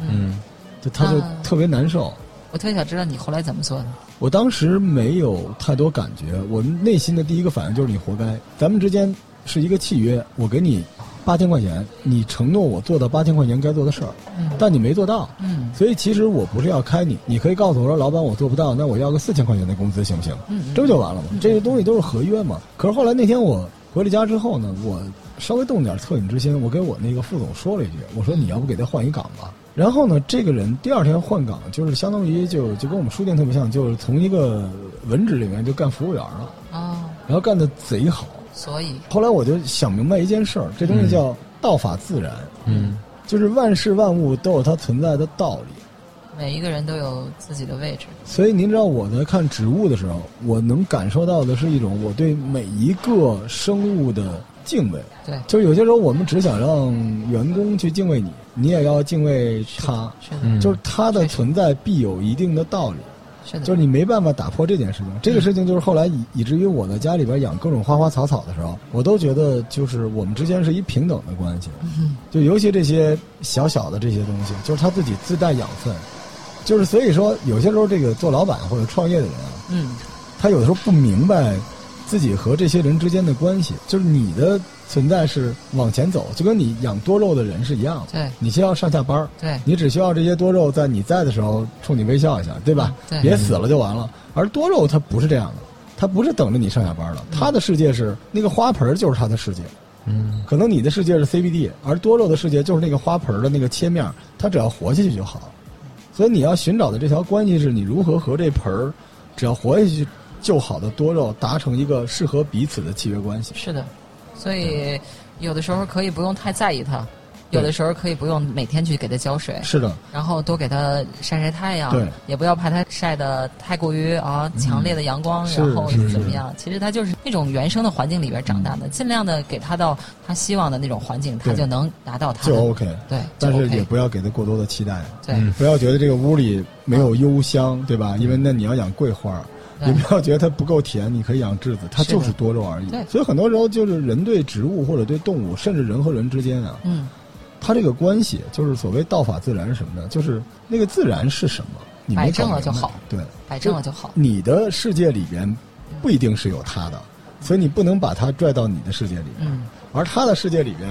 [SPEAKER 4] 嗯，
[SPEAKER 2] 嗯
[SPEAKER 1] 就他就
[SPEAKER 4] 啊
[SPEAKER 1] 特别难受。
[SPEAKER 4] 我特别想知道你后来怎么做的，
[SPEAKER 1] 我当时没有太多感觉，我内心的第一个反应就是你活该。咱们之间是一个契约，我给你八千块钱，你承诺我做到八千块钱该做的事儿，
[SPEAKER 4] 嗯
[SPEAKER 1] 但你没做到，
[SPEAKER 4] 嗯
[SPEAKER 1] 所以其实我不是要开你，你可以告诉我说，老板我做不到，那我要个四千块钱的工资行不行？
[SPEAKER 4] 嗯，
[SPEAKER 1] 这不
[SPEAKER 4] 嗯
[SPEAKER 1] 就完了吗？这些东西都是合约嘛。可是后来那天我回了家之后呢，我稍微动点恻隐之心，我给我那个副总说了一句，我说你要不给他换一岗吧。然后呢，这个人第二天换岗，就是相当于就就跟我们书店特别像，就是从一个文职里面就干服务员了，
[SPEAKER 4] 哦，
[SPEAKER 1] 然后干的贼好。
[SPEAKER 4] 所以
[SPEAKER 1] 后来我就想明白一件事儿，这
[SPEAKER 4] 嗯
[SPEAKER 1] 东西叫道法自然，
[SPEAKER 2] 嗯
[SPEAKER 1] 就是万事万物都有它存在的道理。
[SPEAKER 4] 每一个人都有自己的位置，
[SPEAKER 1] 所以您知道我在看植物的时候，我能感受到的是一种我对每一个生物的敬畏。
[SPEAKER 4] 对，
[SPEAKER 1] 就是有些时候我们只想让员工去敬畏你，你也要敬畏他。
[SPEAKER 4] 是的，
[SPEAKER 2] 嗯，
[SPEAKER 1] 就是它的存在必有一定的道理，
[SPEAKER 4] 是的，
[SPEAKER 1] 就是你没办法打破这件事情。这个事情就是后来以以至于我在家里边养各种花花草草的时候，我都觉得就是我们之间是一平等的关系。
[SPEAKER 4] 嗯
[SPEAKER 1] 就尤其这些小小的这些东西，就是他自己自带养分。就是所以说，有些时候这个做老板或者创业的人啊，
[SPEAKER 4] 嗯，
[SPEAKER 1] 他有的时候不明白自己和这些人之间的关系。就是你的存在是往前走，就跟你养多肉的人是一样的。
[SPEAKER 4] 对
[SPEAKER 1] 你先要上下班儿
[SPEAKER 4] 对，
[SPEAKER 1] 你只需要这些多肉在你在的时候冲你微笑一下，对吧？
[SPEAKER 4] 嗯对
[SPEAKER 1] 别死了就完了。而多肉它不是这样的，他不是等着你上下班了，他的世界是那个花盆儿就是他的世界。
[SPEAKER 2] 嗯
[SPEAKER 1] 可能你的世界是 CBD，而多肉的世界就是那个花盆儿的那个切面儿，它只要活下去就好。所以你要寻找的这条关系是你如何和这盆儿只要活下去就好的多肉达成一个适合彼此的契约关系。
[SPEAKER 4] 是的，所以有的时候可以不用太在意它，
[SPEAKER 1] 对
[SPEAKER 4] 有的时候可以不用每天去给它浇水，
[SPEAKER 1] 是的，
[SPEAKER 4] 然后多给它晒晒太阳，
[SPEAKER 1] 对嗯
[SPEAKER 4] 也不要怕它晒的太过于啊强烈的阳光，
[SPEAKER 1] 是
[SPEAKER 4] 然后
[SPEAKER 1] 是
[SPEAKER 4] 怎么样？其实它就是那种原生的环境里边长大的，尽量的给它到它希望的那种环境，它
[SPEAKER 1] 对
[SPEAKER 4] 就能达到它
[SPEAKER 1] 就
[SPEAKER 4] 的
[SPEAKER 1] OK。
[SPEAKER 4] 对，就
[SPEAKER 1] 但是
[SPEAKER 4] OK
[SPEAKER 1] 也不要给它过多的期待，
[SPEAKER 4] 对
[SPEAKER 2] 嗯
[SPEAKER 1] 不要觉得这个屋里没有幽香，
[SPEAKER 4] 嗯
[SPEAKER 1] 对吧？因为那你要养桂花儿，
[SPEAKER 4] 对
[SPEAKER 1] 也不要觉得它不够甜，你可以养栀子，它
[SPEAKER 4] 嗯是的
[SPEAKER 1] 就是多肉而已
[SPEAKER 4] 对。
[SPEAKER 1] 所以很多时候就是人对植物或者对动物，甚至人和人之间啊，
[SPEAKER 4] 嗯
[SPEAKER 1] 它这个关系就是所谓道法自然什么的，就是那个自然是什么，你没
[SPEAKER 4] 摆正
[SPEAKER 1] 搞
[SPEAKER 4] 了就
[SPEAKER 1] 明白
[SPEAKER 4] 好。
[SPEAKER 1] 对，
[SPEAKER 4] 摆正了就好。
[SPEAKER 1] 你的世界里边不一定是有它的，所以你不能把它拽到你的世界里边，
[SPEAKER 4] 嗯，
[SPEAKER 1] 而它的世界里边，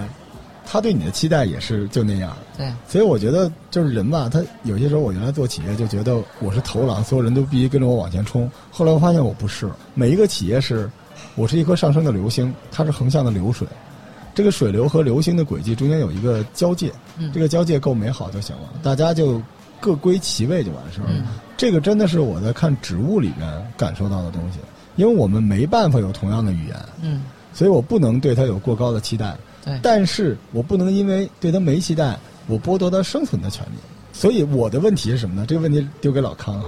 [SPEAKER 1] 它对你的期待也是就那样。
[SPEAKER 4] 对，
[SPEAKER 1] 所以我觉得就是人吧，他有些时候我原来做企业就觉得我是头狼，所有人都必须跟着我往前冲。后来我发现我不是，每一个企业是，我是一颗上升的流星，它是横向的流水，这个水流和流星的轨迹中间有一个交界，
[SPEAKER 4] 嗯
[SPEAKER 1] 这个交界够美好就行了，大家就各归其位就完事儿了。
[SPEAKER 4] 嗯
[SPEAKER 1] 这个真的是我在看植物里边感受到的东西，因为我们没办法有同样的语言，
[SPEAKER 4] 嗯，
[SPEAKER 1] 所以我不能对它有过高的期待。
[SPEAKER 4] 对，
[SPEAKER 1] 但是我不能因为对他没期待，我剥夺他生存的权利。所以我的问题是什么呢？这个问题丢给老康哈。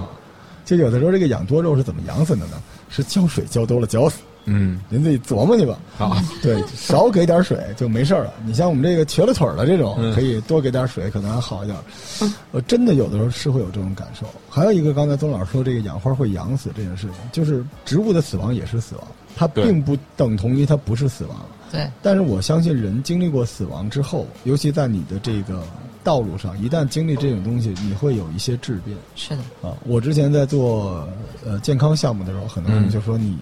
[SPEAKER 1] 就有的时候这个养多肉是怎么养死的呢？是浇水浇多了浇死，
[SPEAKER 2] 嗯，
[SPEAKER 1] 您自己琢磨去吧。
[SPEAKER 2] 好，
[SPEAKER 1] 对，少给点水就没事儿了。你像我们这个瘸了腿儿的这种，
[SPEAKER 2] 嗯
[SPEAKER 1] 可以多给点水，可能还好一点儿。我真的有的时候是会有这种感受。还有一个，刚才宗老师说这个养花会养死这件事情，就是植物的死亡也是死亡，它
[SPEAKER 2] 对
[SPEAKER 1] 并不等同于它不是死亡。
[SPEAKER 4] 对，
[SPEAKER 1] 但是我相信，人经历过死亡之后，尤其在你的这个道路上，一旦经历这种东西，你会有一些质变
[SPEAKER 4] 是的，
[SPEAKER 1] 啊。我之前在做呃健康项目的时候，很多人就说你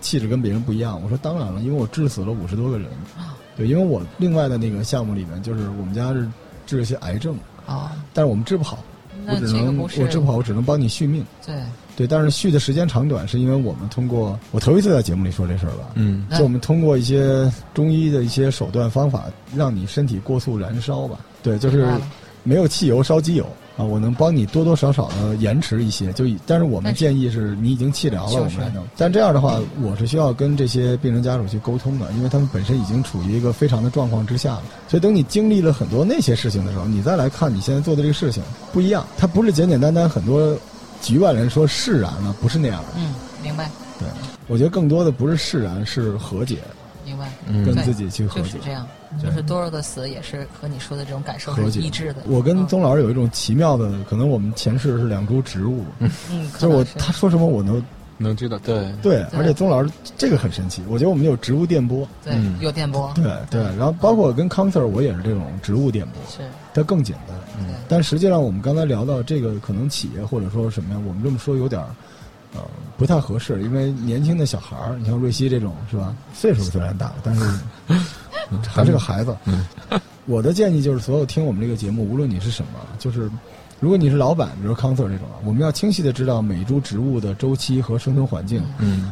[SPEAKER 1] 气质跟别人不一样。我说当然了，因为我治死了五十多个人。
[SPEAKER 4] 啊
[SPEAKER 1] 对，因为我另外的那个项目里面，就是我们家是治一些癌症，
[SPEAKER 4] 哦，
[SPEAKER 1] 但是我们治不好，我
[SPEAKER 4] 那
[SPEAKER 1] 只
[SPEAKER 4] 这个
[SPEAKER 1] 能
[SPEAKER 4] 不是
[SPEAKER 1] 我治不好，我只能帮你续命。
[SPEAKER 4] 对，
[SPEAKER 1] 对，但是续的时间长短，是因为我们通过我头一次在节目里说这事儿吧，
[SPEAKER 2] 嗯
[SPEAKER 1] 就我们通过一些中医的一些手段方法，让你身体过速燃烧吧。对，就是
[SPEAKER 4] 明白了
[SPEAKER 1] 没有汽油烧机油啊，我能帮你多多少少的延迟一些。就以但是我们
[SPEAKER 4] 但是
[SPEAKER 1] 建议是你已经气疗了，
[SPEAKER 4] 就是
[SPEAKER 1] 我们才能。但这样的话，我是需要跟这些病人家属去沟通的，因为他们本身已经处于一个非常的状况之下了。所以等你经历了很多那些事情的时候，你再来看你现在做的这个事情不一样，它不是简简单单很多局外人说释然了，不是啊那样的。
[SPEAKER 4] 嗯，明白，
[SPEAKER 1] 对，我觉得更多的不是释然，是和解。
[SPEAKER 4] 明白，
[SPEAKER 1] 跟
[SPEAKER 2] 嗯
[SPEAKER 1] 自己去和
[SPEAKER 4] 就
[SPEAKER 1] 解
[SPEAKER 4] 是。这样，就是多肉的死也是和你说的这种感受
[SPEAKER 1] 和
[SPEAKER 4] 嗯是
[SPEAKER 1] 解
[SPEAKER 4] 一致的。
[SPEAKER 1] 我跟
[SPEAKER 4] 嗯
[SPEAKER 1] 宗老师有一种奇妙的，可能我们前世是两株植物，
[SPEAKER 4] 嗯，可
[SPEAKER 1] 就是我
[SPEAKER 4] 能是嗯
[SPEAKER 1] 他说什么我能
[SPEAKER 2] 能知道，对，
[SPEAKER 1] 对，而且宗老师这个很神奇，我觉得我们有植物电波，
[SPEAKER 2] 嗯
[SPEAKER 4] 对有电波，
[SPEAKER 1] 对对，然后包括我跟康 Sir 我也是这种植物电波，
[SPEAKER 4] 是
[SPEAKER 1] 它更简单。
[SPEAKER 4] 对
[SPEAKER 1] 但实际上我们刚才聊到这个，可能企业或者说什么呀，我们这么说有点儿。呃，不太合适，因为年轻的小孩儿，你像瑞希这种是吧？岁数虽然大了，但是嗯还是个孩子。我的建议就是，所有听我们这个节目，无论你是什么，就是如果你是老板，比如康 Sir 这种啊，我们要清晰的知道每一株植物的周期和生存环境，
[SPEAKER 2] 嗯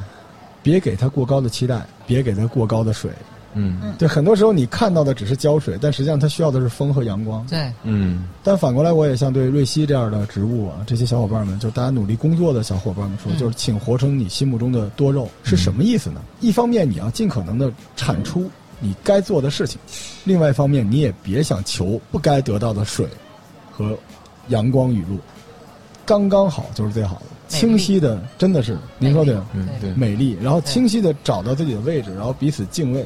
[SPEAKER 1] 别给它过高的期待，别给它过高的水。
[SPEAKER 2] 嗯
[SPEAKER 1] 对，很多时候你看到的只是浇水，但实际上它需要的是风和阳光。
[SPEAKER 4] 对
[SPEAKER 2] 嗯
[SPEAKER 1] 但反过来，我也像对瑞希这样的植物啊，这些小伙伴们，就是大家努力工作的小伙伴们说，
[SPEAKER 4] 嗯
[SPEAKER 1] 就是请活成你心目中的多肉是什么意思呢？一方面你要尽可能的产出你该做的事情，另外一方面你也别想求不该得到的水和阳光雨露，刚刚好就是最好的，
[SPEAKER 4] 美丽
[SPEAKER 1] 清晰的，真的是您说对吗？
[SPEAKER 2] 嗯，对，
[SPEAKER 1] 美丽，然后清晰的找到自己的位置，然后彼此敬畏。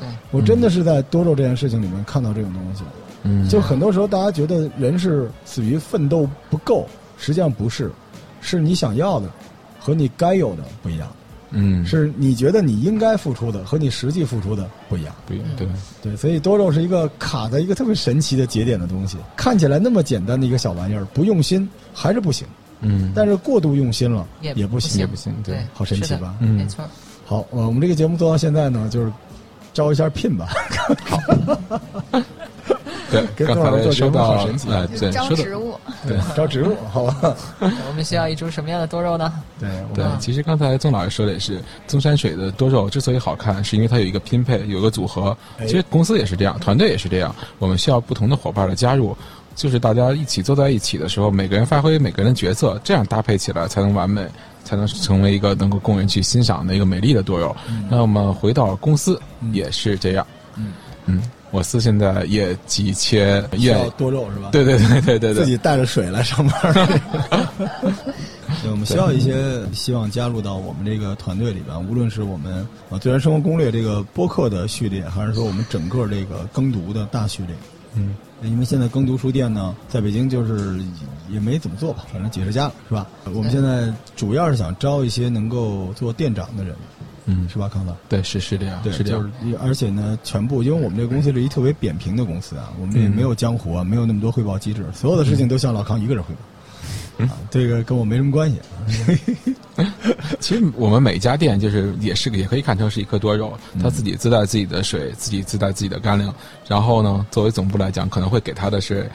[SPEAKER 4] 对
[SPEAKER 1] 我真的是在多肉这件事情里面看到这种东西。
[SPEAKER 2] 嗯
[SPEAKER 1] 就很多时候，大家觉得人是死于奋斗不够，实际上不是，是你想要的和你该有的不一样，
[SPEAKER 2] 嗯
[SPEAKER 1] 是你觉得你应该付出的和你实际付出的不一样。
[SPEAKER 2] 不一样，对，
[SPEAKER 1] 对，所以多肉是一个卡在一个特别神奇的节点的东西，看起来那么简单的一个小玩意儿，不用心还是不行，
[SPEAKER 2] 嗯，
[SPEAKER 1] 但是过度用心了
[SPEAKER 4] 也
[SPEAKER 1] 也不行
[SPEAKER 2] 也。不行，对
[SPEAKER 4] 对，
[SPEAKER 1] 好神奇
[SPEAKER 4] 是的
[SPEAKER 1] 吧
[SPEAKER 2] 嗯
[SPEAKER 4] 没错儿，
[SPEAKER 1] 好，呃我们这个节目做到现在呢，就是招一下聘吧。
[SPEAKER 2] 对，
[SPEAKER 1] 跟
[SPEAKER 2] 刚
[SPEAKER 1] 多少人
[SPEAKER 2] 才
[SPEAKER 1] 做
[SPEAKER 2] 说
[SPEAKER 1] 节目
[SPEAKER 2] 到
[SPEAKER 1] 好神奇
[SPEAKER 2] 哎，
[SPEAKER 3] 就
[SPEAKER 2] 对，
[SPEAKER 3] 招
[SPEAKER 2] 说到
[SPEAKER 3] 植物，
[SPEAKER 1] 对，招植物，好吧？
[SPEAKER 4] 我们需要一株什么样的多
[SPEAKER 1] [laughs]
[SPEAKER 4] 肉呢？
[SPEAKER 1] 对，我
[SPEAKER 2] 对，
[SPEAKER 1] 们
[SPEAKER 2] 其实刚才宗老师说的也是，宗山水的多肉之所以好看，是因为它有一个拼配，有一个组合。
[SPEAKER 1] 哎
[SPEAKER 2] 其实公司也是这样，团队也是这样，我们需要不同的伙伴的加入，就是大家一起坐在一起的时候，每个人发挥每个人的角色，这样搭配起来才能完美，才能成为一个能够供人去欣赏的一个美丽的多肉。那么回到公司也是这样，
[SPEAKER 1] 嗯
[SPEAKER 2] 嗯，我司现在也急切
[SPEAKER 1] 需
[SPEAKER 2] 愿
[SPEAKER 1] 要多肉是吧？
[SPEAKER 2] 对对对对对
[SPEAKER 1] 自
[SPEAKER 2] 对，
[SPEAKER 1] 己带着水来上班。 [laughs] 对，我们需要一些希望加入到我们这个团队里边，无论是我们啊《最然生活攻略》这个播客的序列，还是说我们整个这个耕读的大序列。
[SPEAKER 2] 嗯，
[SPEAKER 1] 因为现在耕读书店呢，在北京就是也没怎么做吧，反正几十家了，是吧？我们现在主要是想招一些能够做店长的人，
[SPEAKER 2] 嗯，
[SPEAKER 1] 是吧，康总？
[SPEAKER 2] 对是是这样，
[SPEAKER 1] 对，
[SPEAKER 2] 是这
[SPEAKER 1] 就
[SPEAKER 2] 样
[SPEAKER 1] 是，而且呢，全部因为我们这个公司是一特别扁平的公司啊，我们这
[SPEAKER 2] 嗯
[SPEAKER 1] 也没有江湖啊，没有那么多汇报机制，所有的事情都向老康一个人汇报。
[SPEAKER 2] 嗯
[SPEAKER 1] 啊，这个跟我没什么关系。
[SPEAKER 2] 其实我们每一家店就是也是也可以看成是一颗多肉，他自己自带自己的水，自己自带自己的干粮。然后呢，作为总部来讲，可能会给他的是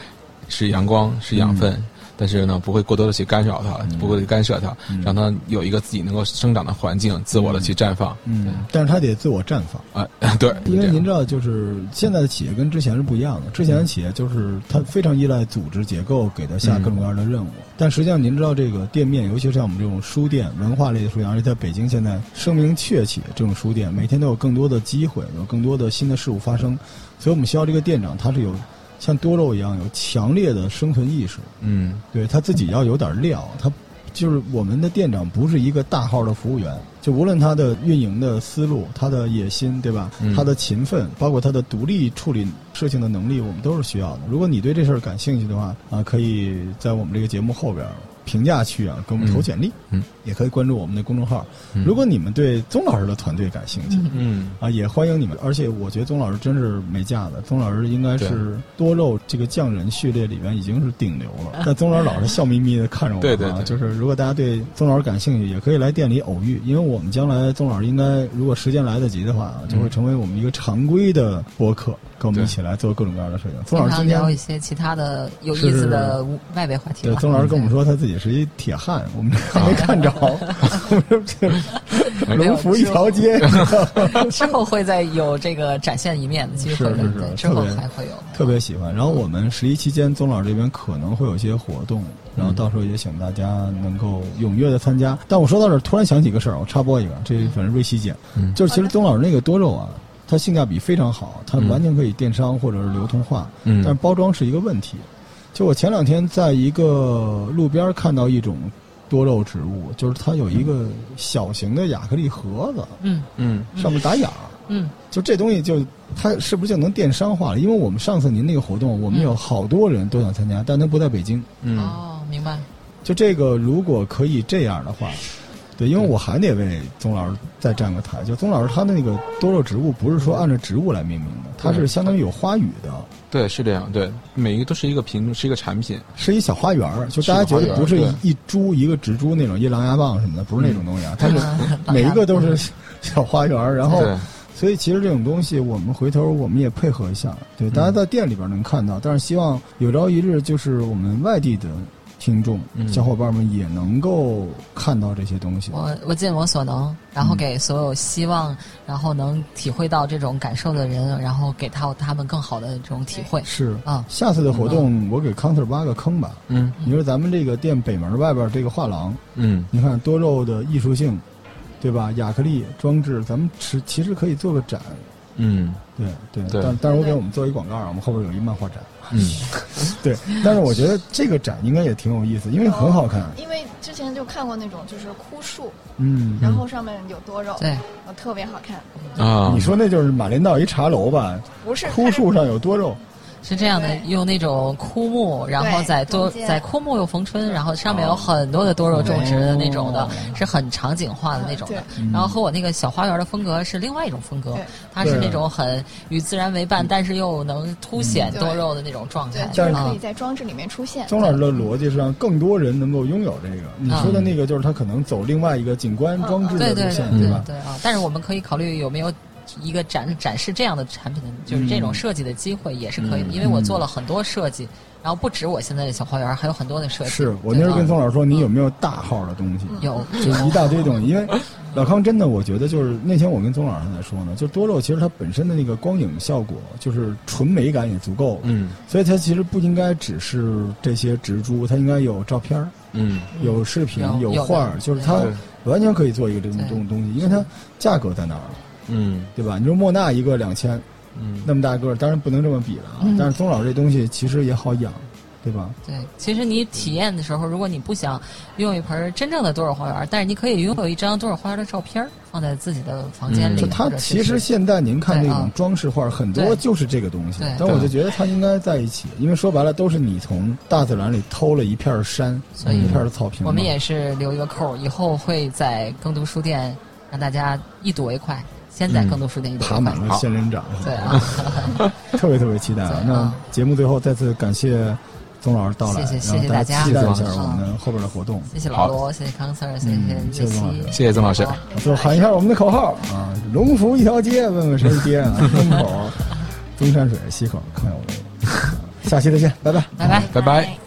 [SPEAKER 2] 是阳光，是养分。但是呢，不会过多的去干扰它，不会去干涉它，让它有一个自己能够生长的环境，自我的去绽放。
[SPEAKER 1] 嗯，但是他得自我绽放，
[SPEAKER 2] 啊、 [laughs] 对，
[SPEAKER 1] 因为
[SPEAKER 2] 是这
[SPEAKER 1] 您
[SPEAKER 2] 样嗯
[SPEAKER 1] 知道，就是现在的企业跟之前是不一样的。之前的企业就是它非常依赖组织结构给它下各种各样的任务，但实际上您知道，这个店面，尤其是像我们这种书店、文化类的书店，而且在北京现在声名鹊起，这种书店每天都有更多的机会，有更多的新的事物发生，所以我们需要这个店长，他是有像多肉一样有强烈的生存意识，
[SPEAKER 2] 嗯
[SPEAKER 1] 对他自己要有点料，他就是我们的店长不是一个大号的服务员，就无论他的运营的思路、他的野心，对吧？
[SPEAKER 2] 嗯
[SPEAKER 1] 他的勤奋，包括他的独立处理事情的能力，我们都是需要的。如果你对这事儿感兴趣的话，啊，可以在我们这个节目后边。评价区啊，给我们投简历，
[SPEAKER 2] 嗯嗯
[SPEAKER 1] 也可以关注我们的公众号。
[SPEAKER 2] 嗯
[SPEAKER 1] 如果你们对宗老师的团队感兴趣，
[SPEAKER 2] 嗯
[SPEAKER 1] 啊，也欢迎你们。而且我觉得宗老师真是没架子，宗老师应该是多肉这个匠人序列里面已经是顶流了。但宗老师老是笑眯眯的看着我、啊，
[SPEAKER 2] [laughs] 对对对
[SPEAKER 1] 就是如果大家对宗老师感兴趣，也可以来店里偶遇，因为我们将来宗老师应该如果时间来得及的话啊，
[SPEAKER 2] 嗯
[SPEAKER 1] 就会成为我们一个常规的播客，跟我们一起来做各种各样的事情。宗老
[SPEAKER 4] 经
[SPEAKER 1] 师
[SPEAKER 4] 常
[SPEAKER 1] 今天
[SPEAKER 4] 聊一些其他的有意思的外围话题
[SPEAKER 1] 对
[SPEAKER 4] 吧。
[SPEAKER 1] 宗老师跟我们说他自己是一铁汉，我们还
[SPEAKER 2] 啊
[SPEAKER 1] 没看
[SPEAKER 4] [laughs]
[SPEAKER 1] 着，我们这龙福一条街。
[SPEAKER 4] [laughs] 之后会再有这个展现一面的机会的，
[SPEAKER 1] 是是是
[SPEAKER 4] 对，之
[SPEAKER 1] 特
[SPEAKER 4] 后
[SPEAKER 1] 别
[SPEAKER 4] 还会有。
[SPEAKER 1] 特别喜欢。然后我们十一期间，宗老师这边可能会有一些活动，然后到时候也请大家能够踊跃的参加。但我说到这儿，突然想起一个事儿，我插播一个，这反正瑞希姐，
[SPEAKER 2] 嗯
[SPEAKER 1] 就是其实宗老师那个多肉啊，它性价比非常好，它
[SPEAKER 2] 嗯
[SPEAKER 1] 完全可以电商或者是流通化，但是
[SPEAKER 2] 嗯
[SPEAKER 1] 包装是一个问题。就我前两天在一个路边看到一种多肉植物，就是它有一个小型的亚克力盒子，
[SPEAKER 4] 嗯
[SPEAKER 2] 嗯
[SPEAKER 1] 上面打眼儿。
[SPEAKER 4] 嗯，
[SPEAKER 1] 就这东西就它是不是就能电商化了？因为我们上次您那个活动，我们有好多人都想参加，但他不在北京。
[SPEAKER 2] 嗯，
[SPEAKER 4] 哦，明
[SPEAKER 1] [laughs]
[SPEAKER 4] 白。
[SPEAKER 1] 就这个，如果可以这样的话，对，因为我还得为宗老师再站个台。就宗老师他的那个多肉植物，不是说按照植物来命名的，它是相当于有花语的，
[SPEAKER 2] 对，是这样，对，每一个都是一个品，是一个产品，
[SPEAKER 1] 是一小花园儿。就大家觉得不是
[SPEAKER 2] 是个花园儿
[SPEAKER 1] 一一株一个植株那种一狼牙棒什么的，不是那种东西啊，它
[SPEAKER 4] 嗯
[SPEAKER 1] 是每一个都是小花园儿，然后
[SPEAKER 2] 嗯对，
[SPEAKER 1] 所以其实这种东西，我们回头我们也配合一下，
[SPEAKER 2] 嗯
[SPEAKER 1] 对，大家在店里边能看到，但是希望有朝一日，就是我们外地的听众、
[SPEAKER 2] 嗯
[SPEAKER 1] 小伙伴们也能够看到这些东西。
[SPEAKER 4] 我我尽我所能，然
[SPEAKER 1] 嗯
[SPEAKER 4] 后给所有希望，然后能体会到这种感受的人，然后给到他们更好的这种体会
[SPEAKER 1] 是，
[SPEAKER 4] 啊。
[SPEAKER 1] 下次的活动我给康 Sir 挖个坑吧。
[SPEAKER 2] 嗯
[SPEAKER 1] 你说咱们这个店北门外边这个画廊，
[SPEAKER 2] 嗯
[SPEAKER 1] 你看多肉的艺术性，对吧？亚克力装置，咱们其其实可以做个展。
[SPEAKER 2] 嗯
[SPEAKER 1] 对对，
[SPEAKER 2] 对
[SPEAKER 1] 但但是我给我们做一广告啊，我们后边有一漫画展。
[SPEAKER 2] 嗯，
[SPEAKER 1] 对，但是我觉得这个展应该也挺有意思，因为很好看。
[SPEAKER 3] 因为之前就看过那种就是枯树，
[SPEAKER 1] 嗯，
[SPEAKER 3] 然后上面有多肉，
[SPEAKER 4] 对，
[SPEAKER 3] 呃特别好看。
[SPEAKER 2] 啊，
[SPEAKER 1] 你说那就是马连道一茶楼
[SPEAKER 4] [laughs]
[SPEAKER 1] 吧？
[SPEAKER 3] 不是
[SPEAKER 1] 枯树上有多肉，
[SPEAKER 4] 是这样的，
[SPEAKER 3] 对
[SPEAKER 4] 用那种枯木，然后
[SPEAKER 3] 对
[SPEAKER 4] 在多
[SPEAKER 3] 中间嗯
[SPEAKER 4] 在枯木又逢春，然后上面有很多的多肉种植的那种的，是很场景化啊的那种的
[SPEAKER 3] 对。
[SPEAKER 1] 哦嗯
[SPEAKER 4] 然后和我那个小花园的风格是另外一种风格
[SPEAKER 3] 对，
[SPEAKER 4] 它是
[SPEAKER 1] 对
[SPEAKER 4] 那种很与自然为
[SPEAKER 1] 嗯
[SPEAKER 4] 伴，但是又能凸显多肉的那种状
[SPEAKER 3] 对
[SPEAKER 4] 态，。
[SPEAKER 3] 就是
[SPEAKER 4] 啊
[SPEAKER 3] 可以在装置里面出现。
[SPEAKER 1] 宗老师的逻辑是让更多人能够拥有这个。你说的那个就是他可能走另外一个景观装置的
[SPEAKER 4] 啊哦对
[SPEAKER 1] 路
[SPEAKER 4] 对对
[SPEAKER 1] 线，
[SPEAKER 4] 对
[SPEAKER 1] 吧？
[SPEAKER 4] 对啊！但是我们可以考虑有没有一个展展示这样的产品的，就是这种设计的机会也是可以的，
[SPEAKER 1] 嗯
[SPEAKER 4] 因为我做了很多设计，然后不止我现在的小花园，还有很多的设计。
[SPEAKER 1] 是我那时候
[SPEAKER 4] 对
[SPEAKER 1] 跟
[SPEAKER 4] 吧
[SPEAKER 1] 宗老师说，你有没有大号的东西？ [laughs]
[SPEAKER 4] 有
[SPEAKER 1] 就一大堆东西。因为老康真的，我觉得就是那天我跟宗老师还在说呢，就多肉其实它本身的那个光影效果，就是纯美感也足够了。
[SPEAKER 2] 嗯
[SPEAKER 1] 所以它其实不应该只是这些植株，它应该有照片儿、
[SPEAKER 2] 嗯
[SPEAKER 1] 有视频、
[SPEAKER 4] 有有的
[SPEAKER 1] 画儿，就是它
[SPEAKER 2] 对
[SPEAKER 1] 完全可以做一个这种
[SPEAKER 4] 对
[SPEAKER 1] 这种东西，因为它价格在那儿，
[SPEAKER 2] 嗯
[SPEAKER 1] 对吧？你说莫纳一个两千，
[SPEAKER 2] 嗯，
[SPEAKER 1] 那么大个儿，当然不能这么比了啊。
[SPEAKER 4] 嗯
[SPEAKER 1] 但是宗老师这东西其实也好养，对吧？
[SPEAKER 4] 对，其实你体验的时候，如果你不想拥有一盆真正的多肉花园，但是你可以拥有一张多肉花园的照片儿放在自己的房间
[SPEAKER 2] 嗯
[SPEAKER 4] 里。
[SPEAKER 1] 就它
[SPEAKER 4] 或者是
[SPEAKER 1] 其实现在您看
[SPEAKER 4] 对
[SPEAKER 1] 那
[SPEAKER 4] 啊
[SPEAKER 1] 种装饰画，很多
[SPEAKER 4] 对
[SPEAKER 1] 就是这个东西
[SPEAKER 4] 对。
[SPEAKER 1] 但我
[SPEAKER 2] 对
[SPEAKER 1] 就觉得它应该在一起，因为说白了都是你从大自然里偷了一片山，
[SPEAKER 4] 所以
[SPEAKER 1] 一片草坪嘛。
[SPEAKER 4] 我们也是留一个扣儿，以后会在更读书店让大家一睹为快。先在更读书店一睹
[SPEAKER 1] 嗯爬
[SPEAKER 4] 为快
[SPEAKER 1] 满。了仙人掌，
[SPEAKER 4] 对啊， [laughs]
[SPEAKER 1] 特别特别期待啊！
[SPEAKER 4] 对
[SPEAKER 1] 那
[SPEAKER 4] 啊
[SPEAKER 1] 节目最后再次感谢宗老师到来，
[SPEAKER 4] 谢谢
[SPEAKER 1] 然后
[SPEAKER 4] 谢谢
[SPEAKER 1] 家
[SPEAKER 4] 大家
[SPEAKER 1] 期待一下
[SPEAKER 2] 谢谢
[SPEAKER 1] 我们后边的活动。
[SPEAKER 4] 谢谢
[SPEAKER 2] 好
[SPEAKER 4] 老罗，谢谢康 Sir，谢
[SPEAKER 1] 嗯谢
[SPEAKER 4] 谢
[SPEAKER 1] 谢
[SPEAKER 4] 瑞希
[SPEAKER 1] 王老师，
[SPEAKER 2] 谢谢曾老师，
[SPEAKER 1] 就喊一下我们的口号啊：龙福一条街，问问谁是爹啊？东 [laughs] 口、中山水、西口、康有为。啊下期再见，拜拜。
[SPEAKER 4] 拜拜。
[SPEAKER 2] 拜拜。